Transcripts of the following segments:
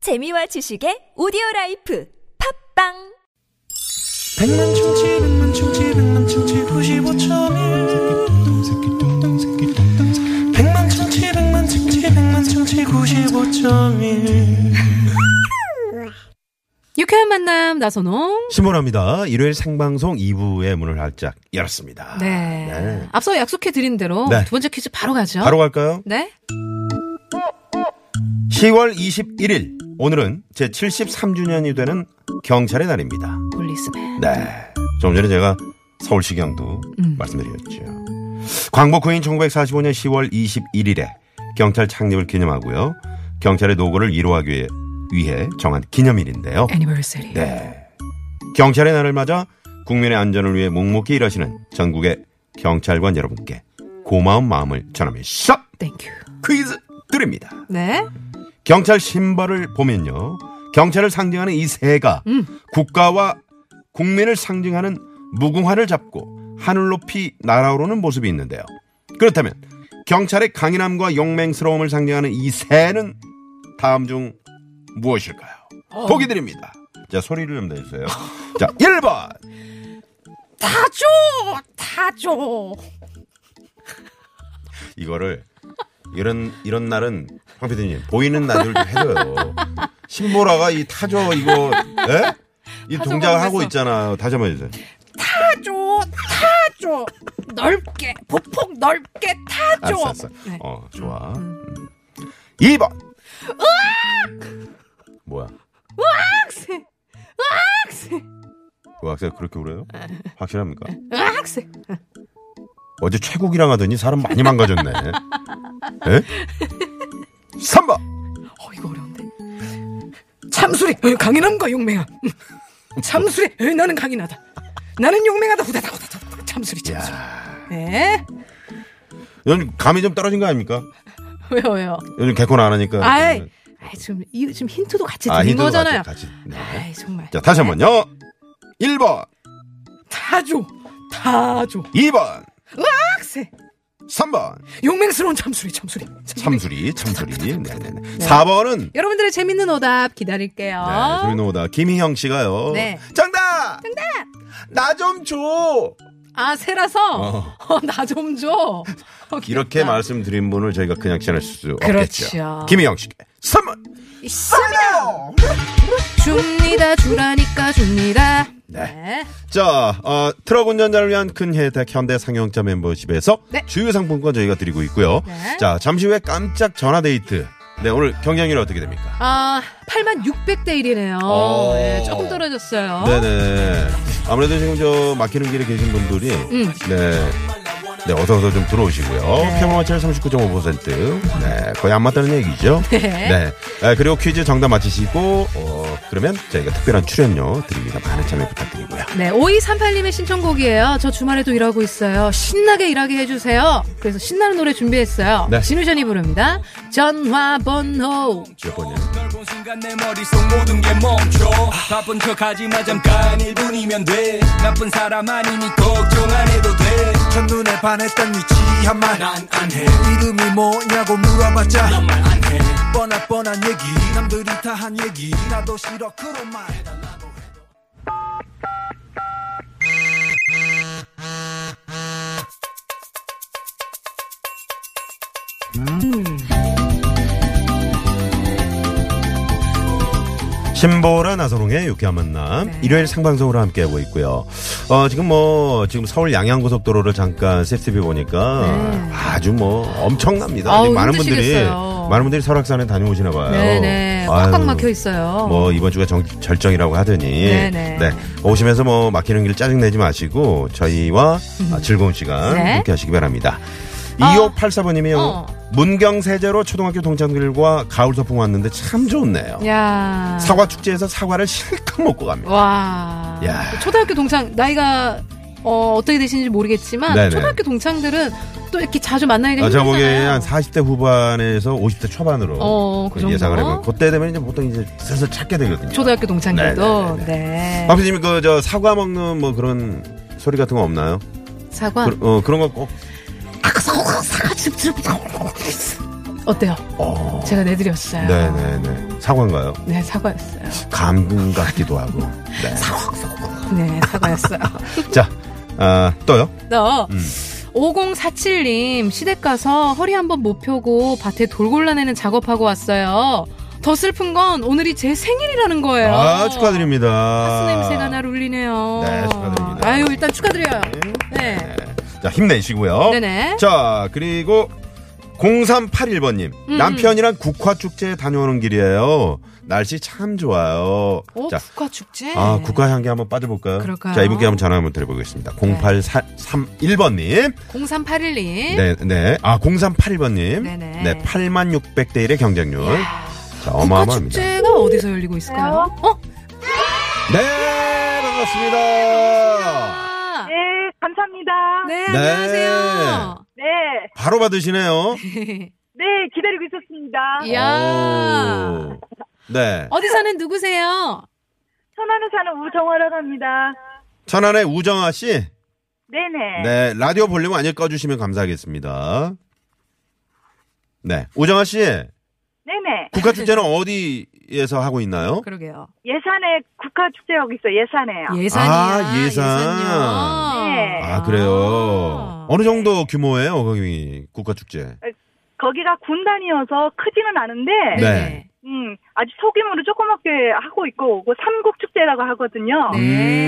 재미와 지식의 오디오 라이프 팝빵 백만 충치 백만 충치 백만 충치 95.1 백만 충치 백만 충치 백만 충치 95.1 유쾌한 만남 나선홍. 신보라입니다. 일요일 생방송 2부의 문을 활짝 열었습니다. 네. 앞서 약속해 드린 대로 네. 두 번째 퀴즈 바로 가죠. 바로 갈까요? 네. 10월 21일. 오늘은 제 73주년이 되는 경찰의 날입니다. 폴리스맨. 네. 좀 전에 제가 서울시경도 말씀드렸죠. 광복후인 1945년 10월 21일에 경찰 창립을 기념하고요. 경찰의 노고를 이루하기 위해- 위해 정한 기념일인데요. 애니버서리. 네. 경찰의 날을 맞아 국민의 안전을 위해 묵묵히 일하시는 전국의 경찰관 여러분께 고마운 마음을 전하면서 땡큐. 퀴즈 드립니다. 네. 경찰 신발을 보면요. 경찰을 상징하는 이 새가 국가와 국민을 상징하는 무궁화를 잡고 하늘 높이 날아오르는 모습이 있는데요. 그렇다면 경찰의 강인함과 용맹스러움을 상징하는 이 새는 다음 중 무엇일까요? 보기 드립니다. 자, 소리를 좀 내주세요. 자, 1번. 다줘! 다줘! 이거를 이런 이런 날은 황 PD님 보이는 날을 좀 해줘요. 신보라가 이 타조 이거 예? 이 타조 동작을 하고 모르겠어. 있잖아요. 다시 한번 해주세요. 다줘! 다줘! 넓게, 보폭 넓게 다줘! 알았어, 알았어. 네. 어, 좋아. 2번. 뭐야? 으악세! 으악세! 의학생 그렇게 울어요? 확실합니까? 으악세! 어제 최국이랑 하더니 사람 많이 망가졌네. 예? 3번. 어, 이거 어려운데. 참수리! 어, 강인함과 용맹함. 참수리! 어, 나는 강인하다. 나는 용맹하다. 후다다, 후다다. 후다다. 참수리, 참수리. 네. 요즘 감이 좀 떨어진 거 아닙니까? 왜요, 왜요? 요즘 개콘 안 하니까. 아이, 아이 지금 이 지금 힌트도 같이 드린 네. 힌트도 거잖아요. 같이, 같이. 네. 아이 정말. 자, 다시 한 번요. 1번, 다조, 다조, 2번, 으악세, 3번. 용맹스러운 참수리, 참수리, 참수리, 참수리. 네네네. 4번은 여러분들의 재밌는 오답 기다릴게요. 네, 소리노다 김희영 씨가요. 어? 네. 정답! 정답! 나 좀 줘! 아 세라서 어, 나 좀 줘. 어, 어. 이렇게 귀엽다. 말씀드린 분을 저희가 그냥 지낼 수 그렇죠. 없겠죠. 김희영 씨께 선물! 있습니다. 줍니다, 주라니까 줍니다. 네. 자, 어, 트럭 운전자를 위한 큰 혜택 현대 상용차 멤버십에서 네. 주유 상품권 저희가 드리고 있고요. 네. 자, 잠시 후에 깜짝 전화 데이트. 네, 오늘 경쟁률 어떻게 됩니까? 아 8만 600대 1이네요. 어. 조금 떨어졌어요. 네네. 아무래도 지금 저 막히는 길에 계신 분들이 음. 네. 네, 어서 어서 좀 들어오시고요. 네. 평화 마찰 39.5%. 네, 거의 안 맞다는 얘기죠. 네. 아, 그리고 퀴즈 정답 맞히시고 어, 그러면 저희가 특별한 출연료 드립니다. 많은 참여 부탁드리고요. 네, 5238님의 신청곡이에요. 저 주말에도 일하고 있어요. 신나게 일하게 해주세요. 그래서 신나는 노래 준비했어요. 네. 진우션이 부릅니다. 전화번호. 몇 번이요? 본 순간 내 머릿속 모든 게 멈춰 바쁜 척하지 마 잠깐 1분이면 돼 나쁜 사람 아니니 걱정 안 해도 돼 첫눈에 반했던 위치한 말 난 안해 이름이 뭐냐고 물어봤자 난 말 안해 뻔한 뻔한 얘기 남들이 다 한 얘기 나도 싫어 그런 말 신보라 나선홍의 유쾌한 만남 네. 일요일 생방송으로 함께하고 있고요. 어, 지금 뭐 지금 서울 양양고속도로를 잠깐 CCTV 보니까 아주 뭐 엄청납니다. 네. 아우, 지금 많은 힘드시겠어요. 분들이 많은 분들이 설악산에 다녀오시나 봐요. 네네. 꽉꽉 아유, 막혀 있어요. 뭐 이번 주가 정, 절정이라고 하더니 네네. 네. 오시면서 뭐 막히는 길 짜증 내지 마시고 저희와 아, 즐거운 시간 음. 네. 함께 하시기 바랍니다. 아. 2584번님이요. 어. 문경세제로 초등학교 동창들과 가을 소풍 왔는데 참 좋네요. 야. 사과 축제에서 사과를 실컷 먹고 갑니다. 와. 야. 초등학교 동창, 나이가 어, 어떻게 되시는지 모르겠지만, 네네. 초등학교 동창들은 또 이렇게 자주 만나게 되면. 아, 제가 보기에 어, 힘들잖아요. 한 40대 후반에서 50대 초반으로 어, 그 정도? 예상을 해보면 그때 되면 이제 보통 이제 슬슬 찾게 되거든요. 초등학교 동창들도. 네네네네. 네. 박수님 그 저 사과 먹는 뭐 그런 소리 같은 거 없나요? 사과. 그, 어, 그런 거 꼭. 사과, 사과, 사과, 즙, 즙. 어때요? 제가 내드렸어요. 네네네. 사과인가요? 네, 사과였어요. 감금 같기도 하고. 네. 네, 사과였어요. 자, 아, 또요? 또 5047님 시댁 가서 허리 한번 못 펴고 밭에 돌 골라내는 작업하고 왔어요. 더 슬픈 건 오늘이 제 생일이라는 거예요. 아, 축하드립니다. 가스 냄새가 날 울리네요. 네, 축하드립니다. 아유, 일단 축하드려요. 네. 자, 힘내시고요. 네네. 자, 그리고 0381번님. 음. 남편이랑 국화축제에 다녀오는 길이에요. 날씨 참 좋아요. 오, 자, 어, 국화축제. 아, 국화향기 한번 빠져볼까요? 그럴까요? 네. 자, 이분께 한번 전화 한번 드려보겠습니다. 0831번님. 0381님. 네, 네. 아, 0381번님. 네네. 네, 8만 600대 일의 경쟁률. 자, 어마어마합니다. 국화축제가 어디서 열리고 있을까요? 어? 네, 반갑습니다. 아, 네, 감사합니다. 네, 네. 안녕하세요. 네, 바로 받으시네요. 네, 기다리고 있었습니다. 예. 이야. 오. 네. 어디 사는 누구세요? 천안에 사는 우정화라고 합니다. 천안의 우정아 씨. 네네. 네, 라디오 볼륨 완전 꺼주시면 감사하겠습니다. 네, 우정아 씨, 네네. 국가축제는 어디에서 하고 있나요? 그러게요. 예산에 국가축제 여기 있어, 예산에요. 예산이야. 아, 예산. 네. 아, 그래요. 어느 네. 정도 규모예요, 거기 국가축제? 거기가 군단이어서 크지는 않은데, 네. 음, 아주 소규모로 조그맣게 하고 있고, 그 삼국축제라고 하거든요. 네.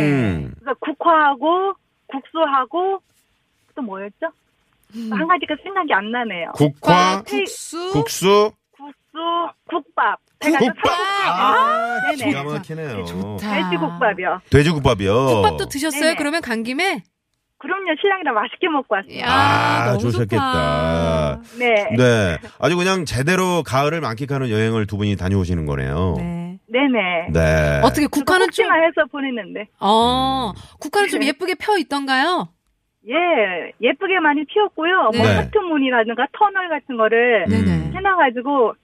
음, 그러니까 국화하고, 국수하고, 또 뭐였죠? 한 가지가 생각이 안 나네요. 국화, 국수. 국수, 국수, 국밥. 제가 국밥. 아, 네네. 기가 막히네요. 좋다. 돼지국밥이요. 돼지국밥이요. 국밥도 드셨어요? 네네. 그러면 간 김에? 그럼요, 신랑이랑 맛있게 먹고 왔어요. 이야, 아, 너무 좋으셨겠다. 좋다. 네. 네, 아주 그냥 제대로 가을을 만끽하는 여행을 두 분이 다녀오시는 거네요. 네. 네네. 네. 어떻게 국화는 좀, 혹시나 해서 보냈는데. 음. 어, 국화는 네. 좀 예쁘게 펴 있던가요? 예, 예쁘게 많이 피웠고요. 뭐 네. 하트문이라든가 터널 같은 거를 음. 네네. 해놔가지고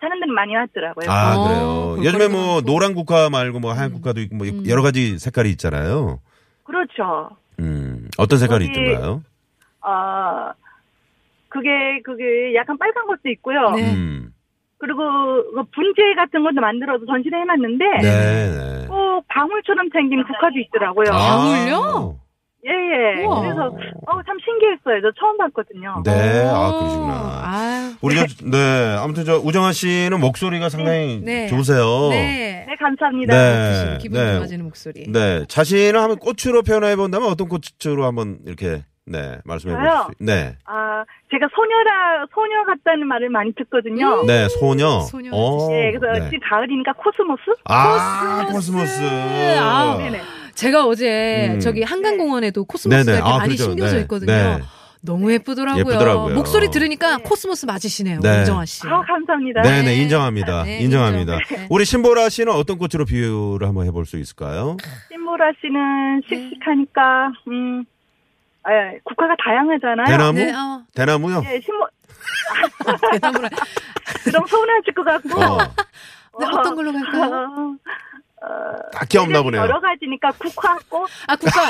사람들이 많이 왔더라고요. 아, 어, 그래요. 그걸 음. 예전에 뭐 가지고. 노란 국화 말고 뭐 하얀 국화도 있고 뭐 여러 가지 색깔이 있잖아요. 그렇죠. 음, 어떤 색깔이 거기- 있던가요? 어, 그게, 그게 약간 빨간 것도 있고요. 네. 음. 그리고 그 분재 같은 것도 만들어서 전시를 해놨는데, 네, 아. 네. 꼭 방울처럼 생긴 국화도 있더라고요. 아. 방울요? 예, 예. 우와. 그래서, 어, 참 신기했어요. 저 처음 봤거든요. 네, 아, 오, 그러시구나. 어. 아유. 우리 저, 네, 아무튼 저 우정아 씨는 목소리가 상당히 네. 좋으세요. 네. 네, 감사합니다. 네, 기분 어. 네. 좋아지는 목소리. 네, 자신을 한번 꽃으로 표현해 본다면 어떤 꽃으로 한번 이렇게 네, 말씀해 저요? 보시죠. 네. 아, 제가 소녀라, 소녀 같다는 말을 많이 듣거든요. 음. 네, 소녀. 소녀 어, 네, 그래서 네. 지금 가을이니까 코스모스? 아, 코스모스. 아, 네네. 제가 어제 음. 저기 한강공원에도 코스모스가 네네. 이렇게 아, 많이 그렇죠. 심겨져 네. 있거든요. 네. 너무 예쁘더라고요. 예쁘더라고요. 어. 목소리 들으니까 코스모스 맞으시네요. 네. 우정아 씨. 네. 아, 감사합니다. 네, 네, 인정합니다. 네, 인정합니다. 인정. 네. 우리 신보라 씨는 어떤 꽃으로 비유를 한번 해볼 수 있을까요? 신보라 씨는 네. 씩씩하니까, 음, 에, 국화가 다양하잖아요. 대나무? 네, 어. 아, 대나무요? 예, 신보, 대나무라. 그럼 서운하실 것 같고. 어, 네, 어떤 걸로 갈까요? 딱히 없나 보네요. 여러 가지니까 국화고, 아, 국화.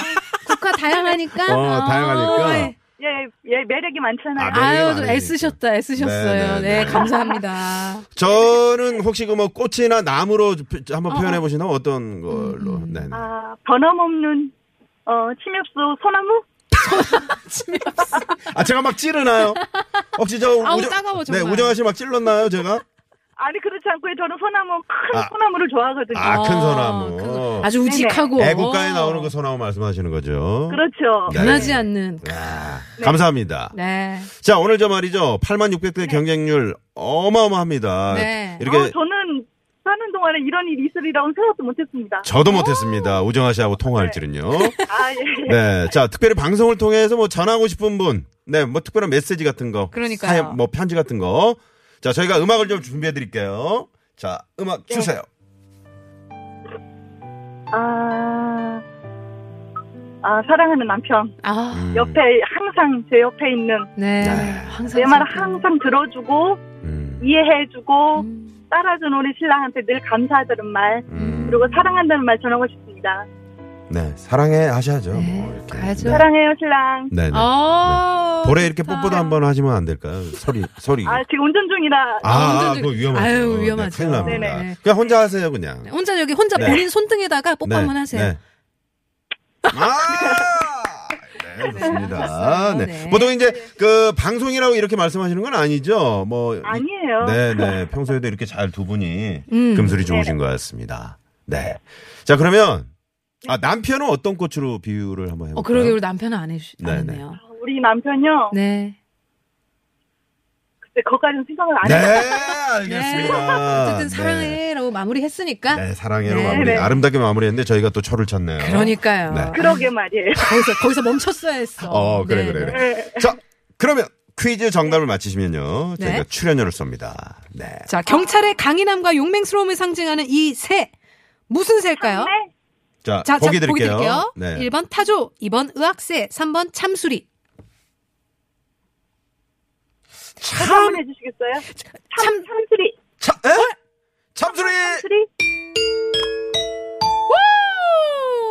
국화 다양하니까. 어, 다양하니까. 어, 예, 예, 매력이 많잖아요. 아, 매력이 아유, 좀 많으니까. 애쓰셨다, 애쓰셨어요. 네, 네, 네, 네. 감사합니다. 저는 혹시 그 뭐 꽃이나 나무로 표- 어, 한번 표현해 보시면 어떤 걸로? 음, 네, 네. 아, 번호없는, 어, 침엽수 소나무? 아, 제가 막 찌르나요? 혹시 저 아우, 따가워, 네, 정말. 우정아 씨 막 찔렀나요, 제가? 아니, 그렇지 않고요. 저는 소나무, 큰 아. 소나무를 좋아하거든요. 아, 큰 어, 소나무. 큰 소- 아주 우직하고. 어. 애국가에 나오는 그 소나무 말씀하시는 거죠. 그렇죠. 네. 변하지 않는. 아, 감사합니다. 네. 자, 오늘 저 말이죠. 8만 600대 경쟁률 어마어마합니다. 네. 이렇게 아, 저는 사는 동안에 이런 일이 있으리라고 생각도 못했습니다. 저도 못했습니다. 우정아 씨하고 통화할 네. 줄은요. 아, 예. 네. 자, 특별히 방송을 통해서 뭐 전하고 싶은 분, 네, 뭐 특별한 메시지 같은 거. 그러니까요. 사연, 뭐 편지 같은 거. 자, 저희가 음악을 좀 준비해 드릴게요. 자, 음악 네. 주세요. 아, 아, 사랑하는 남편. 아, 음, 옆에, 항상 제 옆에 있는, 네. 네. 항상. 내 말을 진짜. 항상 들어주고, 음, 이해해주고, 음. 따라준 우리 신랑한테 늘 감사하다는 말, 음. 그리고 사랑한다는 말 전하고 싶습니다. 네, 사랑해 하셔야죠. 네, 뭐 이렇게. 가야죠. 네. 사랑해요, 신랑. 네, 네. 아. 볼에 이렇게 뽀뽀도 한 번 하시면 안 될까요? 소리, 소리. 아, 지금 운전 중이라. 아, 운전 그거 중- 위험하죠. 아유, 네, 위험하죠. 큰일 납니다. 네네. 그냥 혼자 하세요, 그냥. 혼자 여기 혼자 네. 본인 손등에다가 뽀뽀 네, 한번 하세요. 네. 아! 네, 좋습니다. 네. 네. 보통 이제 그 방송이라고 이렇게 말씀하시는 건 아니죠? 뭐. 아니에요. 네, 네. 평소에도 이렇게 잘 두 분이 음. 금술이 좋으신 것 같습니다. 네. 자, 그러면. 아, 남편은 어떤 꽃으로 비유를 한번 네. 해볼까요? 어, 그러게 우리 남편은 안 해주시, 안 네. 네네. 했네요. 우리 남편요. 네. 그때 거기까지는 생각을 안 네, 했어요. 알겠습니다. 어쨌든 네. 사랑해라고 마무리했으니까. 네, 사랑해로 네. 마무리. 네. 아름답게 마무리했는데 저희가 또 철을 쳤네요. 그러니까요. 네. 그러게 말이에요. 거기서 거기서 멈췄어야 했어. 어, 그래, 그래, 그래. 네. 자, 그러면 퀴즈 정답을 맞히시면요. 네. 저희가 출연료를 쏩니다. 네. 자, 경찰의 강인함과 용맹스러움을 상징하는 이 새. 무슨 새일까요? 네. 자, 자, 보기 자, 드릴게요. 드릴게요. 네. 1번 타조, 2번 의학새, 3번 참수리. 다시 한번 해주시겠어요? 참- 참, 참수리. 참, 에? 참수리 네. 수리.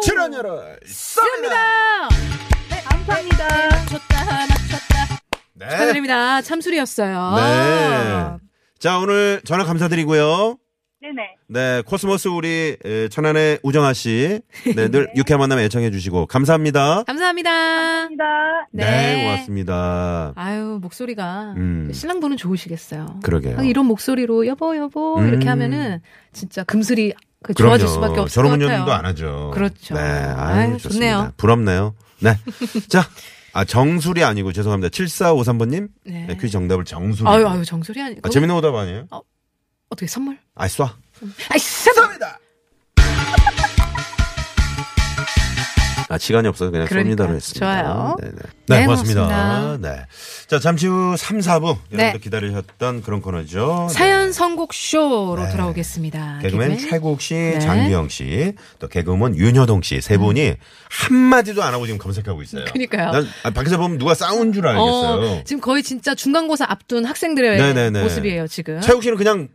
출연료를 쏩니다. 감사합니다. 네, 감사합니다. 맞췄다, 맞췄다. 네. 축하드립니다. 참수리였어요. 네. 자, 오늘 전화 감사드리고요. 네네. 네, 코스모스 우리 에, 천안의 우정아 씨. 네, 늘 유쾌한 만남 애청해 주시고 감사합니다. 감사합니다. 감사합니다. 네, 고맙습니다. 아유, 목소리가 음. 신랑분은 좋으시겠어요. 그러게요. 하긴 이런 목소리로 여보 여보 음. 이렇게 하면은 진짜 금슬이 그 좋아질 그럼요. 수밖에 없을 것 저런 같아요. 운전도 안 하죠. 그렇죠. 네, 아유, 아유, 좋습니다. 좋네요. 부럽네요. 네. 자, 아, 정수리 아니고 죄송합니다. 7453번님. 네. 네. 퀴즈 정답을 정수리. 아유 아유 정수리 아니. 아, 그거 재밌는 오답 아니에요? 어떻게 선물? 아, 쏴. 아이 쏩니다. 아, 시간이 없어서 그냥 그러니까. 쏩니다로 했습니다. 좋아요. 네네. 네, 네, 고맙습니다. 고맙습니다. 네. 자, 잠시 후 3, 4부. 네. 여러분들 기다리셨던 그런 코너죠. 네. 사연 선곡 쇼로 네. 돌아오겠습니다. 개그맨 개그맨? 최국 씨, 네. 장기영 씨, 또 개그우먼 윤여동 씨 세 분이 한마디도 안 하고 지금 검색하고 있어요. 음. 그러니까요. 난 아, 밖에서 보면 누가 싸운 줄 알겠어요. 어, 지금 거의 진짜 중간고사 앞둔 학생들의 네네네. 모습이에요 지금. 최욱 씨는 그냥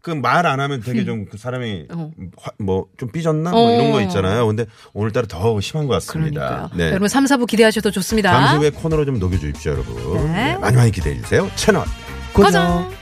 그 말 안 하면 되게 좀 그 사람이 어. 뭐 좀 삐졌나 뭐 이런 거 어. 있잖아요. 근데 오늘따라 더 심한 것 같습니다. 그러니까요. 네. 여러분 3, 4부 기대하셔도 좋습니다. 잠시 후에 코너로 좀 녹여주십시오, 여러분. 예, 네. 네, 많이 많이 기대해 주세요. 채널 고정.